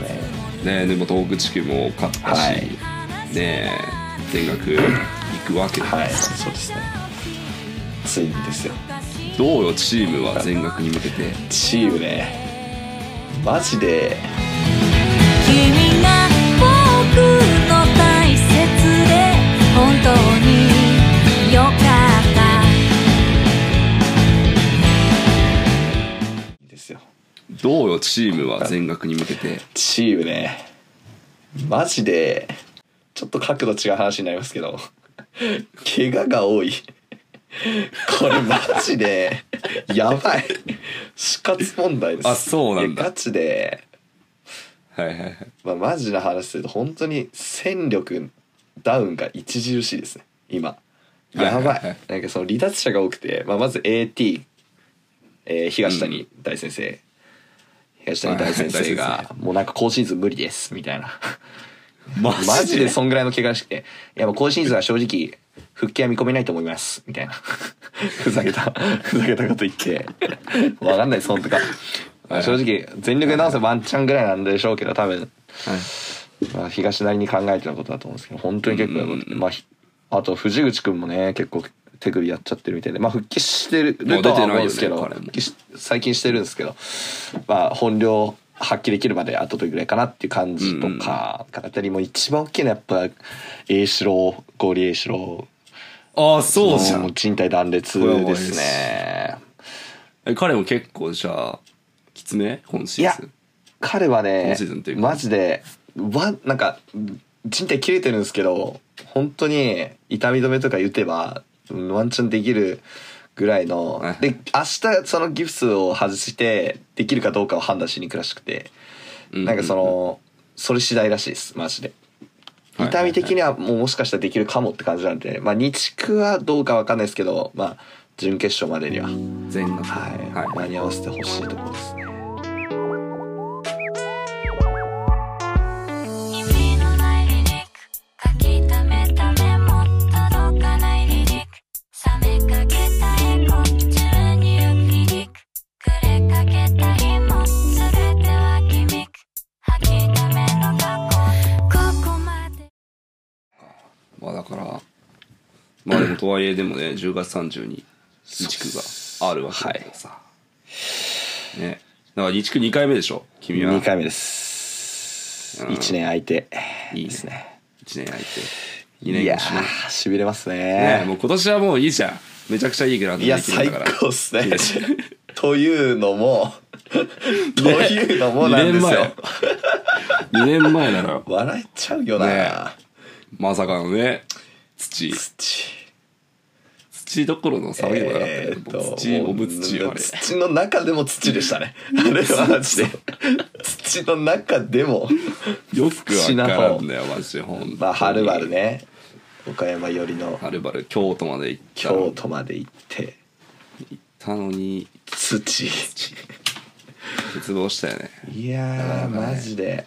ね、でも東北地区も勝ったし、はいねえ全額行くわけだ、はいそうですねついにですよどうよチームは全額に向けてチームねマジで「君が僕の大切で本当によかった」ですよどうよチームは全額に向けてチームねマジでちょっと角度違う話になりますけど怪我が多いこれマジでやばい死活問題ですあそうなんだいやガチで、はいはいはいまあ、マジな話すると本当に戦力ダウンが著しいですね今やばはいはいはいいなんかその離脱者が多くて、まあ、まず AT、えー東谷大先生、東谷大先生はいはい大がもうなんか今シーズン無理ですみたいな ママジでそんぐらいの怪我らしくて、いやもう今シーズンは正直、復帰は見込めないと思います。み たいな。ふざけた、ふざけたこと言って。わかんない、そんとか。まあ正直、全力で直せばワンチャンぐらいなんでしょうけど、多分、はいまあ、東なりに考えてたことだと思うんですけど、本当に結構やばくうんうんて。うんまあひ、あと、藤口くんもね、結構手首やっちゃってるみたいで、まあ、復帰してるもうと出はてないよね思うんですけど、彼も復帰し最近してるんですけど、まあ、本領発揮できるまであとどれぐらいかなっていう感じとか、あたりも一番大きいのはやっぱ栄四郎ゴーリ栄四郎ああそうじゃもうん人体断裂これはもうですねえ彼も結構じゃあきつめ今シいやーズン彼は今ねシーズンというかマジでわなんか人体切れてるんですけど本当に痛み止めとか打てばうんワンチャンできるぐらいのはいで明日そのギプスを外してできるかどうかを判断しに行くらしくてうんなんかそのそれ次第らしいですマジで。はいはい痛はいみ的にはもうもしかしたらできるかもって感じなんで、まあ、2地区はどうかわかんないですけど、まあ、準決勝までには、全額はいはい間に合わせてほしいところですね。君のないリリック書き溜めたメモ届かないリリック冷めかけたエコ宙に浮くリリック暮れかけた紐全ては君く吐き溜めの過去ここまでまあだからまあでもとはいえでもね10月30に2地区があるわけだからさ、ねだから2地区2回目でしょ君は2回目です。うん1年空いて。いいねいいですね。 1年空いて2い年や越しのー、しびれますねね。もう今年はもういいじゃんめちゃくちゃいいグラウンドいや、できる最んだから高っすね。 というの も、というのもなんですよ。 2年前なら笑えちゃうよねな。まさかのね土土。土どころの騒ぎでもなかったよ、ねえーっと土おむ土よあれ土の中でも土 でしたねあれはマジで土の中でもよくわからんだよマジでほんとにまあはるばるね岡山寄りのはるばる京都まで行ったの京都まで行ってたのに土絶望したよねいやーだからねマジで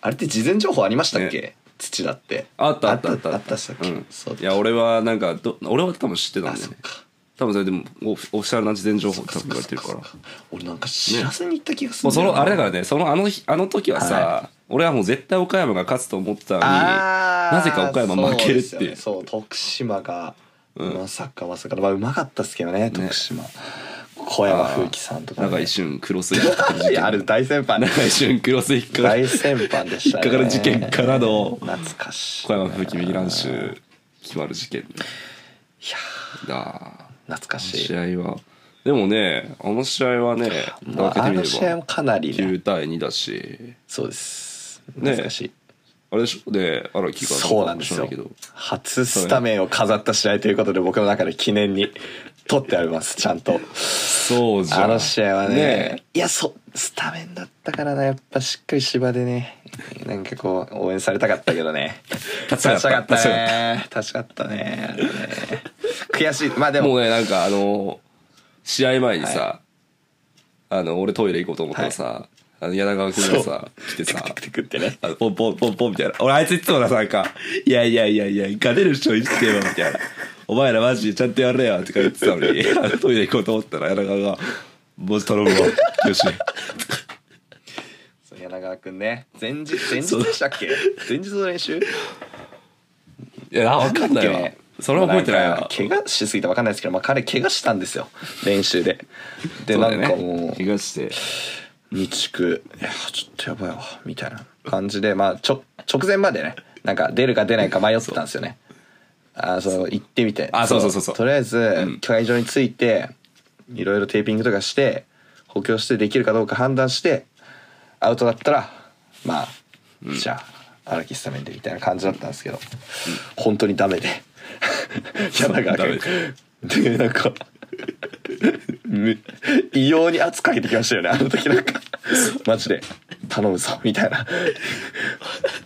あれって事前情報ありましたっけ、ね土だってあったあったあったあったっすっけ、うんそうだいや俺はなんかど俺は多分知ってたあんだよそっねか多分それでもオオフィシャルな事前情報多分言われてるからそっそっか俺なんか知らずに行った気がするもうそのあれだかららねそのあの日あの時はさ、は俺はもう絶対岡山が勝つと思ってたのになぜか岡山負けるっていうそう,、そう徳島がうんまさかまさか、まあうまかったっすけどね徳島、小山風紀さんとか、ね、中井俊クロス引っかかる事い件やある大先輩ね中井俊クロス引っかか大る先輩でし引ったかねかる事件からの懐かしい小山風紀ミランシュ決まる事件いやだ懐かし試い、合はでもねあの試合はねまあ、あの試合もばかなり、ね、 9対2だしそうですね懐かしい、あれでしょで荒木がそうなんです知らいよけど初スタメンを飾った試合ということで僕の中で記念に取ってありますちゃんとそうじゃんあの試合はねねいやそスタメンだったからなやっぱしっかり芝でねなんかこう応援されたかったけ どね立ち上がった立ち上がったね立ち上がったね悔しいまあでももうねなんかあの試合前にさ、あの俺トイレ行こうと思ったらさ、あの柳川君がさ来てテさ クテクテクってねあのポンポンポンポンみたいな俺あいついつもななんか「いやいやいやいや勝てる人いってよ」みたいな「お前らマジでちゃんとやれよ」とか言って たのにあのトイレ行こうと思ったら柳川が「もう頼むわよし」そう柳川君ね前日前日でしたっけ前日の練習いや分かんないわそれは覚えてないまあんわか怪我しすぎて分かんないですけど、まあ、彼怪我したんですよ練習でで、そうなだよんねかもう怪我して日区いやちょっとやばいわみたいな感じでまあちょ直前までねなんか出るか出ないか迷ってたんですよねあーその行ってみてあそうそうそうそうとりあえず、会場に着いていろいろテーピングとかして補強してできるかどうか判断してアウトだったらまあ、じゃあ荒木スタメンでみたいな感じだったんですけど、本当にダメ で山川ダメ君でなんかめ異様に圧かけてきましたよねあの時なんかマジで頼むぞみたいな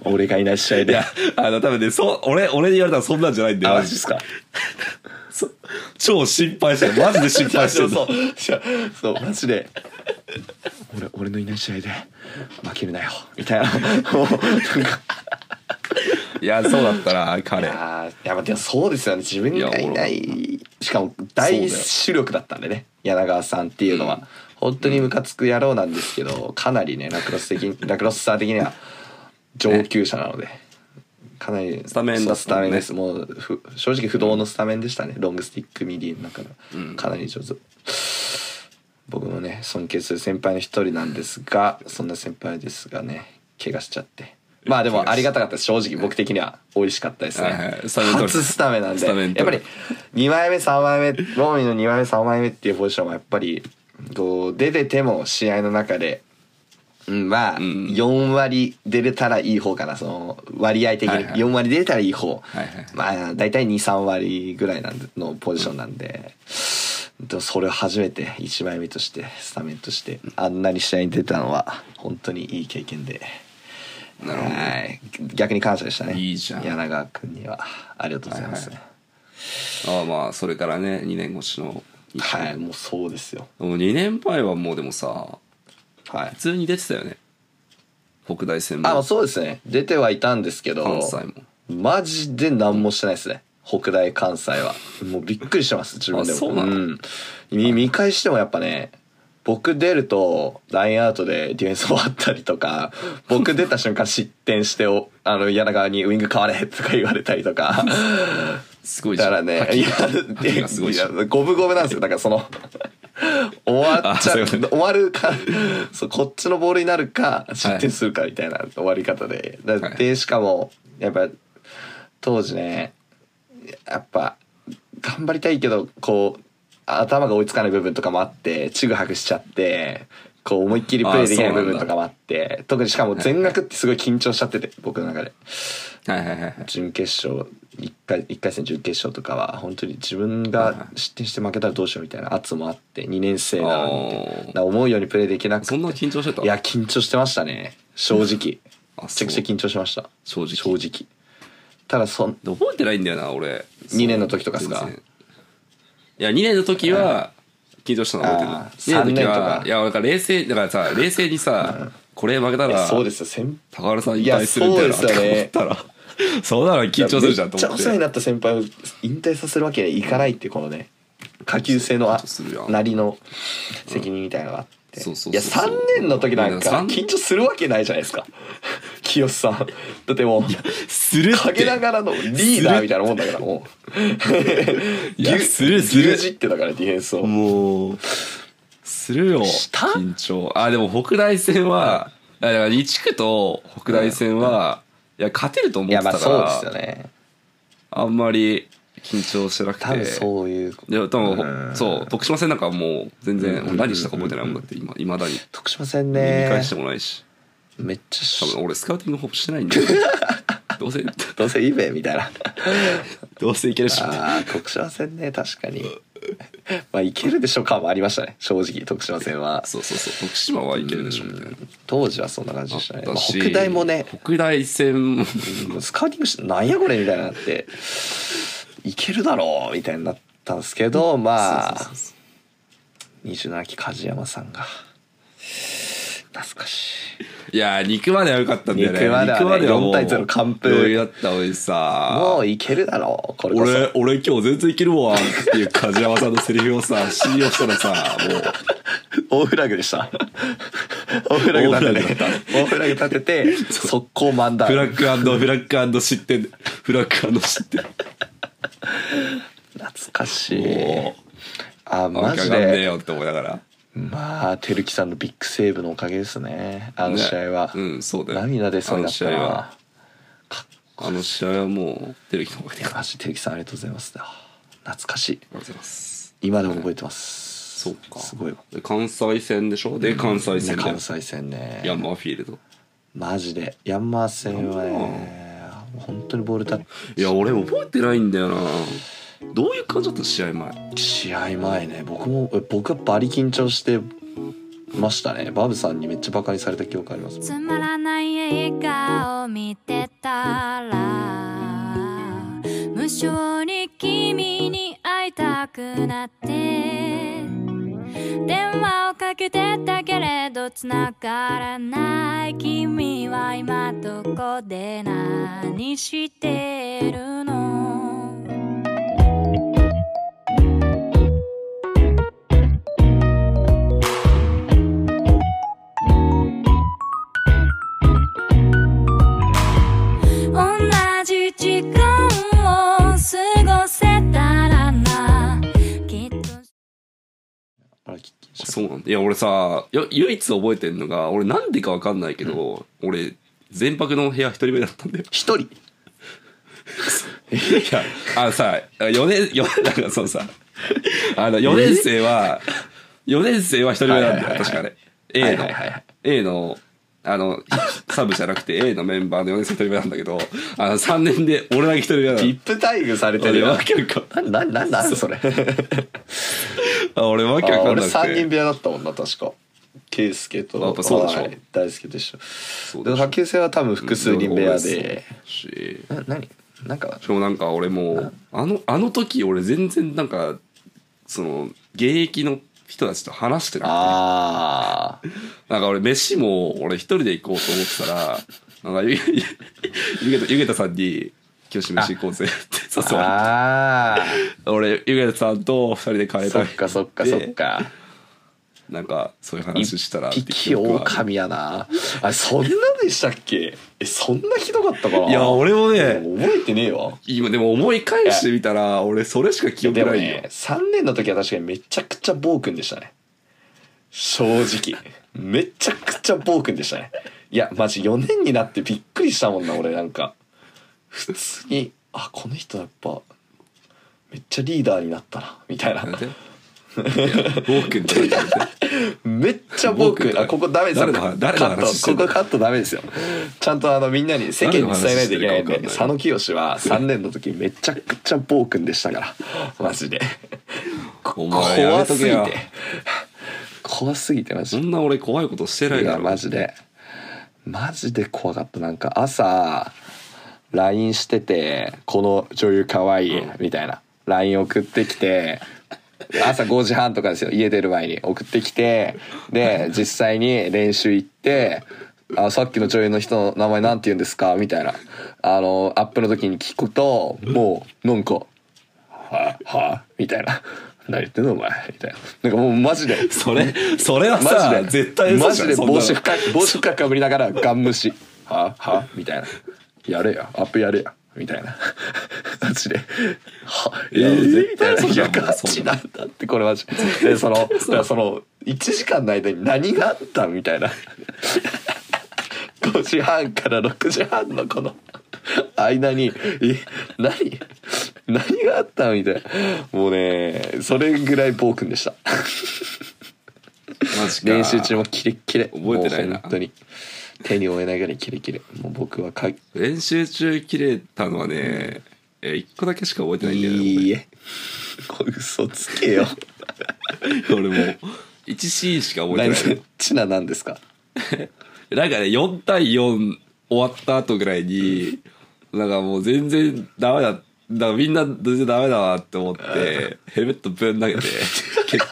俺がいない試合いでやあの多分ねそう俺俺に言われたらそんなんじゃないんだあよマジですかそう超心配してるマジで心配してるそうそうそうマジで俺俺のいない試合で負けるなよみたいなもうなんかいやそうだったな彼あーいやまあでもそうですよね自分がいないしかも大主力だったんでね柳川さんっていうのは、本当にムカつく野郎なんですけどかなりねラクロス的にラクロスター的には上級者なので、かなりスタメンだったもんねそうスタメンですもうふ正直不動のスタメンでしたねロングスティックミディの中のかなり上手、僕もね尊敬する先輩の一人なんですがそんな先輩ですがね怪我しちゃってまあでもありがたかったです正直僕的には美味しかったですね、はいはいスタメン取る初スタメンなんでスタメンやっぱ取りる2枚目3枚目ローミーの2枚目3枚目っていうポジションはやっぱりこう出てても試合の中で、うん、まあん4割出れたらいい方かなその割合的はいにはい4割出れたらいい方、はいはいまあ大体23割ぐらいなんでのポジションなんで。でもそれを初めて1枚目としてスタメンとしてあんなに試合に出たのは本当にいい経験でなるほどはい逆に感謝でしたねいいじゃん柳川君にはありがとうございます、はいああまあそれからね2年越しのはい、もうそうですよ。もう2年前はもうでもさはい普。通に出てたよね北大戦あ、まあもそうですね。出てはいたんですけど、関西もマジで何もしてないですね。北大関西は。もうびっくりしてます、自分で も。あそうなのん見見返してもやっぱね、僕出るとラインアウトでディフェンス終わったりとか、僕出た瞬間失点してお、あの、柳川にウィング変われとか言われたり とか、すごいじだゃかんらね、いや、覇気がすごいしや五分五分なんですよ。だか らその、終わっちゃ、あそういううことね終わるか、そう、こっちのボールになるか、失点するかみたいな終わり方で。だはいで、しかも、やっぱ、当時ね、やっぱ、頑張りたいけど、こう、頭が追いつかない部分とかもあって、ちぐはぐしちゃって、こう思いっきりプレイできあないそうな部んだ分とかもあって、特にしかも全額ってすごい緊張しちゃってて、僕の中で。はいはいはいはい準決勝1回一回戦準決勝とかは本当に自分が失点して負けたらどうしようみたいな圧もあって2年生なのにあーだから思うようにプレーできなくてそんな緊張してたいや緊張してましたね正直 あめちゃくちゃ緊張しました正直正直ただそんで覚えてないんだよな俺二年の時とかっすか全然いや2年の時は緊張したのあ覚えてるー二の時三年とはかいやだから冷静だからさ冷静にさこれ負けたいやらそうですよ先高原さん引退するみたいいなやそうですよねとか思ったら そうなら緊張するじゃんとめっちゃ思おって世話になった先輩を引退させるわけにはいかないっていうこのね下級生のあ緊張するやんなりの責任みたいなのがあって、そうそうそうや3年の時なんかいや三緊張するわけないじゃないですか 清さんだってもうするって陰ながらのリーダーみたいなもんだからもう いや牛するする牛耳ってだからディフェンスをもうするよした緊張あでも北大戦は、いやだから2地区と北大戦は、いや勝てると思っいてやたかまあらそうですよねあんまり緊張してなくて多分そういうでも多う分んそう徳島戦なんかもう全然俺何したか覚えてないもんだって今いまだに見徳島戦ね返してもないしめっちゃし多分俺スカウティングほぼしてないん でどうせどうせイベみたいなどうせいけるっしょってああ 徳島戦ね確かにまあいけるでしょう感もありましたね正直徳島戦はそうそうそう徳島はいけるでしょみたいな当時はそんな感じでしたね、まあ私北大もね北大戦ももうスカウティングしてなんやこれみたいになっていけるだろうみたいになったんですけどまそうそうあそうそう27期梶山さんが懐かしいいやー肉までは良かったんだよね肉まではね肉まではもう4対0完封余裕だったおじもさういけるだろうこれこそ俺俺今日全然いけるわっていう梶山さんのセリフをさ信用したらさもう大フラグでした 大フラグ立てて大大フラグ立てて速攻漫談フラッグフラッグ失点フラッグ失 点懐かしいおーあマジわかんねえでよって思いながらまあ照樹さんのビッグセーブのおかげですねあの試合は、ねうんそうだよ涙出そうになったあの試合なはあの試合はもうテレビのおかげでありがマジ照樹さんありがとうございますあ懐かしいとうございます今でも覚えてますそうかすごいわで関西戦でしょで関西戦で関西戦ねヤンマーフィールドマジでヤンマー戦はね本当にボールタッいや俺覚えてないんだよなどういう感じだった試合前チ試合前ね僕もえ僕はバリ緊張してましたねバブさんにめっちゃバカにされた記憶ありますつまらない映画を見てたら無性に君に会いたくなって電話をかけてたけれど繋がらない君は今どこで何してるの同じ時間を過ごせたらなきっとあらキッキンしそうなんだいや俺さよ唯一覚えてんのが俺なんでかわかんないけど、俺全泊の部屋一人目だったんだよ一人いやあのさ4年四年だからそうさあの4年生は4年生は一人目なんだよ確かね A の、はいはいはいはい A のあのサブじゃなくて A のメンバーの4年生一人目なんだけどあの3年で俺だけ一人目なのビップ待遇されてる俺よわけわかんななななんそれあ俺わけわかんな俺くて3人部屋だったもんな確か圭介とやっぱそうでしょはい大輔と一緒そうででしょも波形は多分複数人部屋で、しな何なんかしかもなんか俺もうあのあの時俺全然なんかその現役の人たちと話してなああくてなんか俺飯も俺一人で行こうと思ってた らなんかゆゆげたゆげたさんに「今日飯行こうぜ」って誘わああれて俺ゆげたさんと二人で帰そたっかそっかそっかなんかそういう話したらって一匹記憶は狼やなあそんなでしたっけえそんなひどかったかないいや俺もね覚えてねえわ今でも思い返してみたら俺それしか記憶でもないよね3年の時は確かにめちゃくちゃ暴君でしたね正直めちゃくちゃ暴君でしたねいやマジ4年になってびっくりしたもんな俺なんか普通にあこの人やっぱめっちゃリーダーになったなみたいななんでいや暴君とか言ってめっちゃ僕あここダメです誰よの話誰の話してカんットのここカットダメですよちゃんとあのみんなに世間に伝えないといけない誰の話してるか分んでかんない佐野清は3年の時めちゃくちゃ暴君でしたからマジでお前やめ怖とすけぎよて怖すぎてマそジんな俺怖いことしてなでいいだやろマジでマジで怖かったなんか朝 LINE してて「この女優かわいい」みたいな LINE 送ってきて朝5時半とかですよ家出る前に送ってきてで実際に練習行ってあさっきの女優の人の名前なんて言うんですかみたいなあのアップの時に聞くともうなんか「はいはい」みたいな「何言ってんのお前」みたいななんかもうマジでそれそれはマジさで絶対嘘マじゃんジでそんな帽の子深く帽子深くかぶりながらガン無視ははみたいなやれやアップやれやみたいなマジではいやえー絶対そういなやのガチなんだってこれマジ でそのだからその1時間の間に何があったみたいな5時半から6時半のこの間にえ何何があったみたいなもうねそれぐらい暴君でしたマジか練習中もキレッキレ覚えてないなもう本当に手に負えないぐらいキレッキレもう僕はかい練習中切れたのはねえ一個だけしか覚えてないんだよねいえこう嘘つけよ俺俺も1シーンしか覚え何てないのちな何ですかなんかね4対4終わった後ぐらいになんかもう全然ダメだだからみんな全然ダメだわって思ってヘルメットぶん投げて蹴って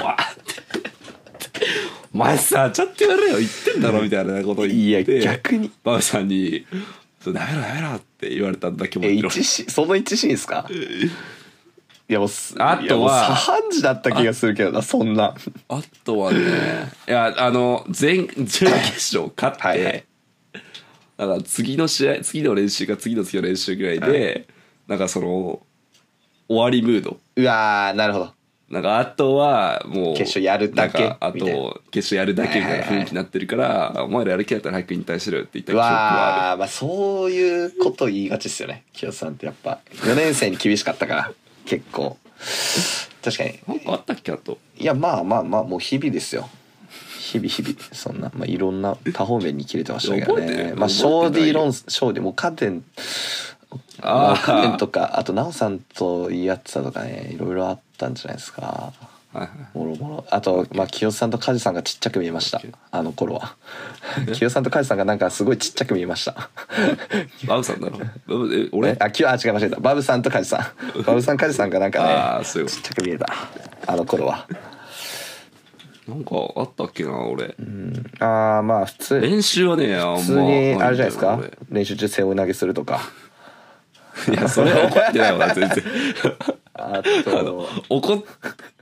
バーって「お前さちゃんとやれよ言ってんだろ」みたいなこと言っていや逆にバブさんに「そうダメだダメだ」って言われたんだけどえ一シその一シーンですかいやもうすあとはいやもう三時だった気がするけどなそんなあとはね、いや、あの、前、準決勝勝って、はいはいなんか次の試合、次の練習か次の次の練習ぐらいで、なんかその、終わりムード。うわーなるほどなんかあとはもう決勝やるだけなんかあみたいなと決勝やるだけみたいな雰囲気になってるから、お前らやる気だったら早く引退しろよって言ったう記憶はあわーまあそういうこと言いがちですよね清田さんってやっぱ4年生に厳しかったから結構確かにるなんかあったっけあといやまあまあまあもう日々ですよ日々日々そんな、まあ、いろんな多方面に切れてましたけど覚えてねるまあ覚小えてない D よ論小 D もうカーテンあーカーテンとかあと奈緒さんと言い合ってたとかねいろいろあったんじゃないですかはいもろもろあと、まあ、清さんと梶さんがちっちゃく見えましたあの頃は清さんと梶さんがなんかすごいちっちゃく見えましたバブさんだろバブえ俺えあきあ違いましたバブさんとカジさ んバブさんカジさんがなんかあねーちそういっうことちゃく見えたあの頃はなんかあったっけな俺ああまあ普通練習はねあんま普通にあれじゃないですんかだよ練習中背負い投げするとか俺いやそれは怒ってないわ全然ああとの怒っ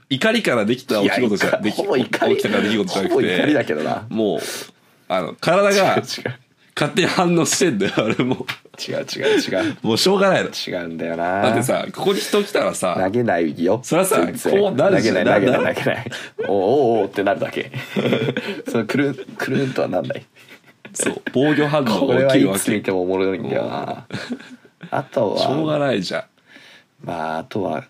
怒りからできた出来事じいゃやできほぼ怒り起きたから出来事じゃなほくぼ怒りだけてどなもうあの体 が勝手に反応してんだよあれも違う違う違ううもうしょうがないの違うんだよなだってさここに人来たら投さげないよそりゃさ全然こうなるじゃん投げない投げななんい投げないおおおおってなる だけそのくるんくるんとはなんないそう防御反応こがれ起はきるいわつ見けてもおもろいんだよなあとはしょうがないじゃんまああとは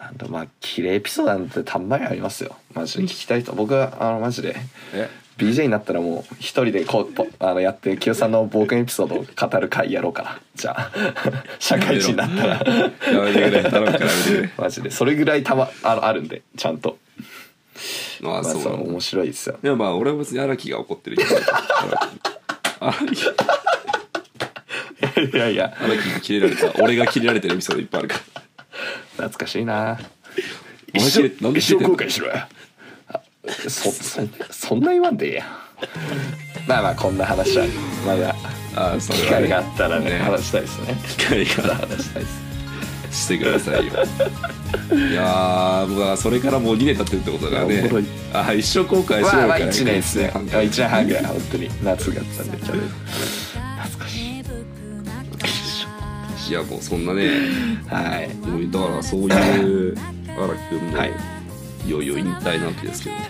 なんだまあ綺麗エピソードなんてたんまりありますよマジで聞きたいと僕はあのマジでえ BJ になったらもう一人でこうぽあのやって清さんの冒険エピソードを語る回やろうかなじゃあ 社会人になったらやめてくれ頼むからやめてくれマジでそれぐらいたまあのあるんでちゃんとままああそうそだの面白いですよいやまあ俺は別に荒木が怒ってる人だから荒木いやいや荒木がキレられた俺がキレられてるエピソードいっぱいあるから懐かしいなお前それなんで聞いてんのしろよあそそそんな言わんでええやんまあまあこんな話はまだああそれ機はね会があったらね話したいですね機会があったら話したいですしてくださ いよいやー僕はそれからもう2年経ってるってことだからいやおもろねいあ一生後悔しまよあうまかあ1年ですね一半1年半ぐらい本当に夏があったんで去年懐かしいいやもうそんなねはいもうだからそういう荒木君も、はいい、よいよ引退なんてですけどね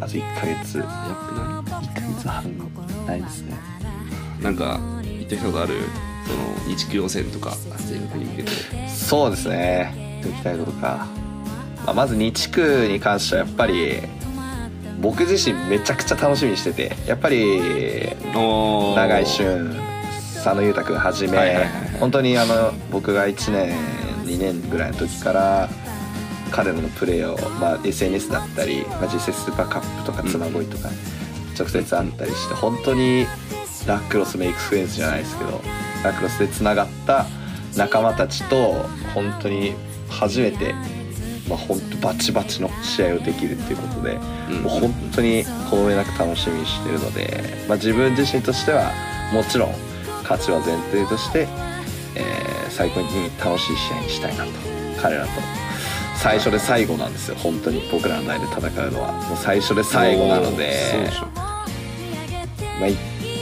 あと1ヶ月1やっぱヶ月半ないですねりなんか言ってきたことあるその日区予選とか全国に向けてそうですね行きたいことか、まあ、まず2地区に関してはやっぱり僕自身めちゃくちゃ楽しみにしててやっぱりお永井俊佐野裕太君はじめ、はいはいはい本当にあの僕が1年2年ぐらいの時から彼らのプレーを、まあ、SNS だったり、まあ、実際スーパーカップとかつま恋とか直接会ったりして本当にラクロスメイクスフェンスじゃないですけどラクロスでつながった仲間たちと本当に初めて、まあ、本当バチバチの試合をできるっていうことで。うんもう本当にこの上なく楽しみにしてるので、まあ、自分自身としてはもちろん勝ちは前提として、えー最高に楽しい試合にしたいなと彼らと最初で最後なんですよ本当に僕らの代で戦うのはもう最初で最後なのでそうでしょまあ、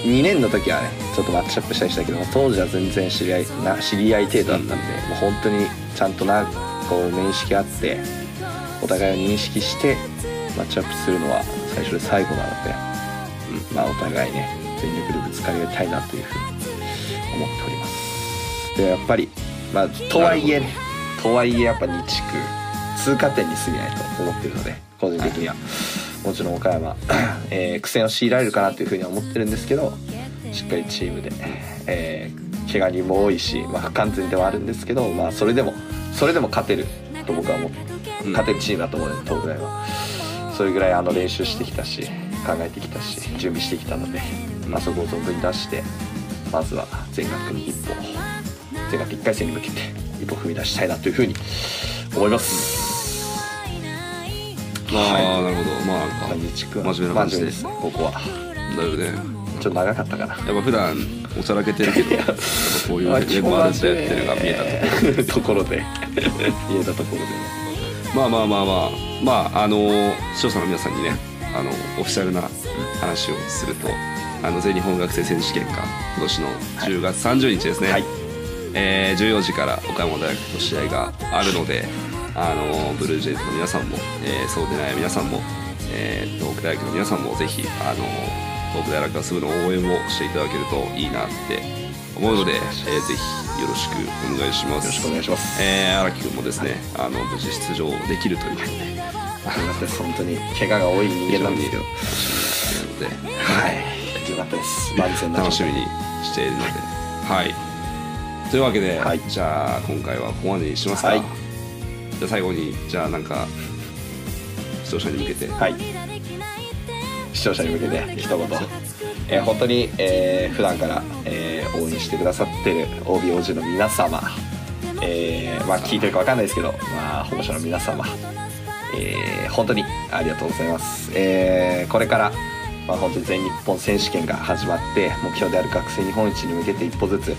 2年の時はねちょっとマッチアップしたりしたけど、まあ当時は全然知り合いな知り合い程度だったんで、もう本当にちゃんとなこう面識あってお互いを認識してマッチアップするのは最初で最後なので、まあ、お互いね全力でぶつかり合いたいなというふうに思っておりますでやっぱり、まあ、とはいえねとはいえやっぱ2地区通過点に過ぎないと思ってるので個人的には、もちろん岡山、 えー苦戦を強いられるかなというふうには思ってるんですけどしっかりチームで、えー、怪我人も多いし、まあ、不完全ではあるんですけど、まあ、それでもそれでも勝てると僕は思ってうん勝てるチームだと思うので東大はそれぐらいあの練習してきたし考えてきたし準備してきたので、まあ、そこを存分に出してまずは全学に一歩全学1回戦に向けて一歩踏み出したいなというふうに思います。まあ、なるほどまあなんかまあ日地区真は面目な感じで真面目ですここはだよねちょっと長かったかなやっぱ普段おちゃらけてるけどやっぱこういうウェブアルトやってるのが見えたとこたところところで 見えたところでねまあまあまあまあまああの視聴者の皆さんにねあのオフィシャルな話をするとあの全日本学生選手権が今年の10月30日ですね、はいえー14時から岡山大学と試合があるのであのブルージェイズの皆さんも、えーそうでない皆さんも、えー、東北大学の皆さんもぜひあの東北大学遊部の応援をしていただけるといいなって思うので、えーぜひよろしくお願いします。よろしくお願いしますえー荒木君もですね、あの無事出場できるということで、よかったです本当に怪我が多い人間なんですけどなのではいよかったです万全な楽しみにしているので、はい。というわけで、はいじゃあ今回はここまでにしますか。はいじゃあ最後にじゃあなんか視聴者に向けて、はい視聴者に向けて一言、えー本当に、えー普段から、えー応援してくださってる OBOG の皆様、えーまあ、聞いてるか分かんないですけど、まあ、保護者の皆様、えー本当にありがとうございます、えーこれから、まあ、本当に全日本選手権が始まって目標である学生日本一に向けて一歩ずつ、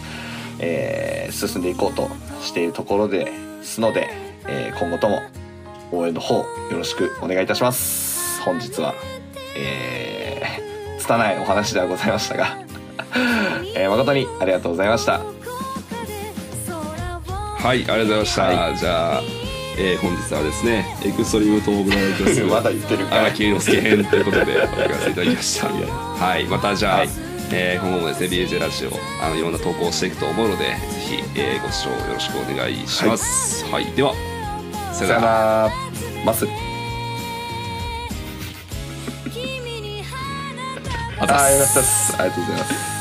えー進んでいこうとしているところですので、えー今後とも応援の方よろしくお願いいたします本日はえー、拙いお話ではございましたが、 えー誠にありがとうございましたはい、ありがとうございました。はじゃあ、えー本日はですね、エクストリーム東北大学です まだ言ってるか荒木祐介編ということでお聞かせいただきました。はい、またじゃあ、えー今後もですね、BJ ラジオ、あのいろんな投稿をしていくと思うので、ぜひ、えーご視聴よろしくお願いします。はい、では、ささよよなら。ならマスあざっすありがとうございます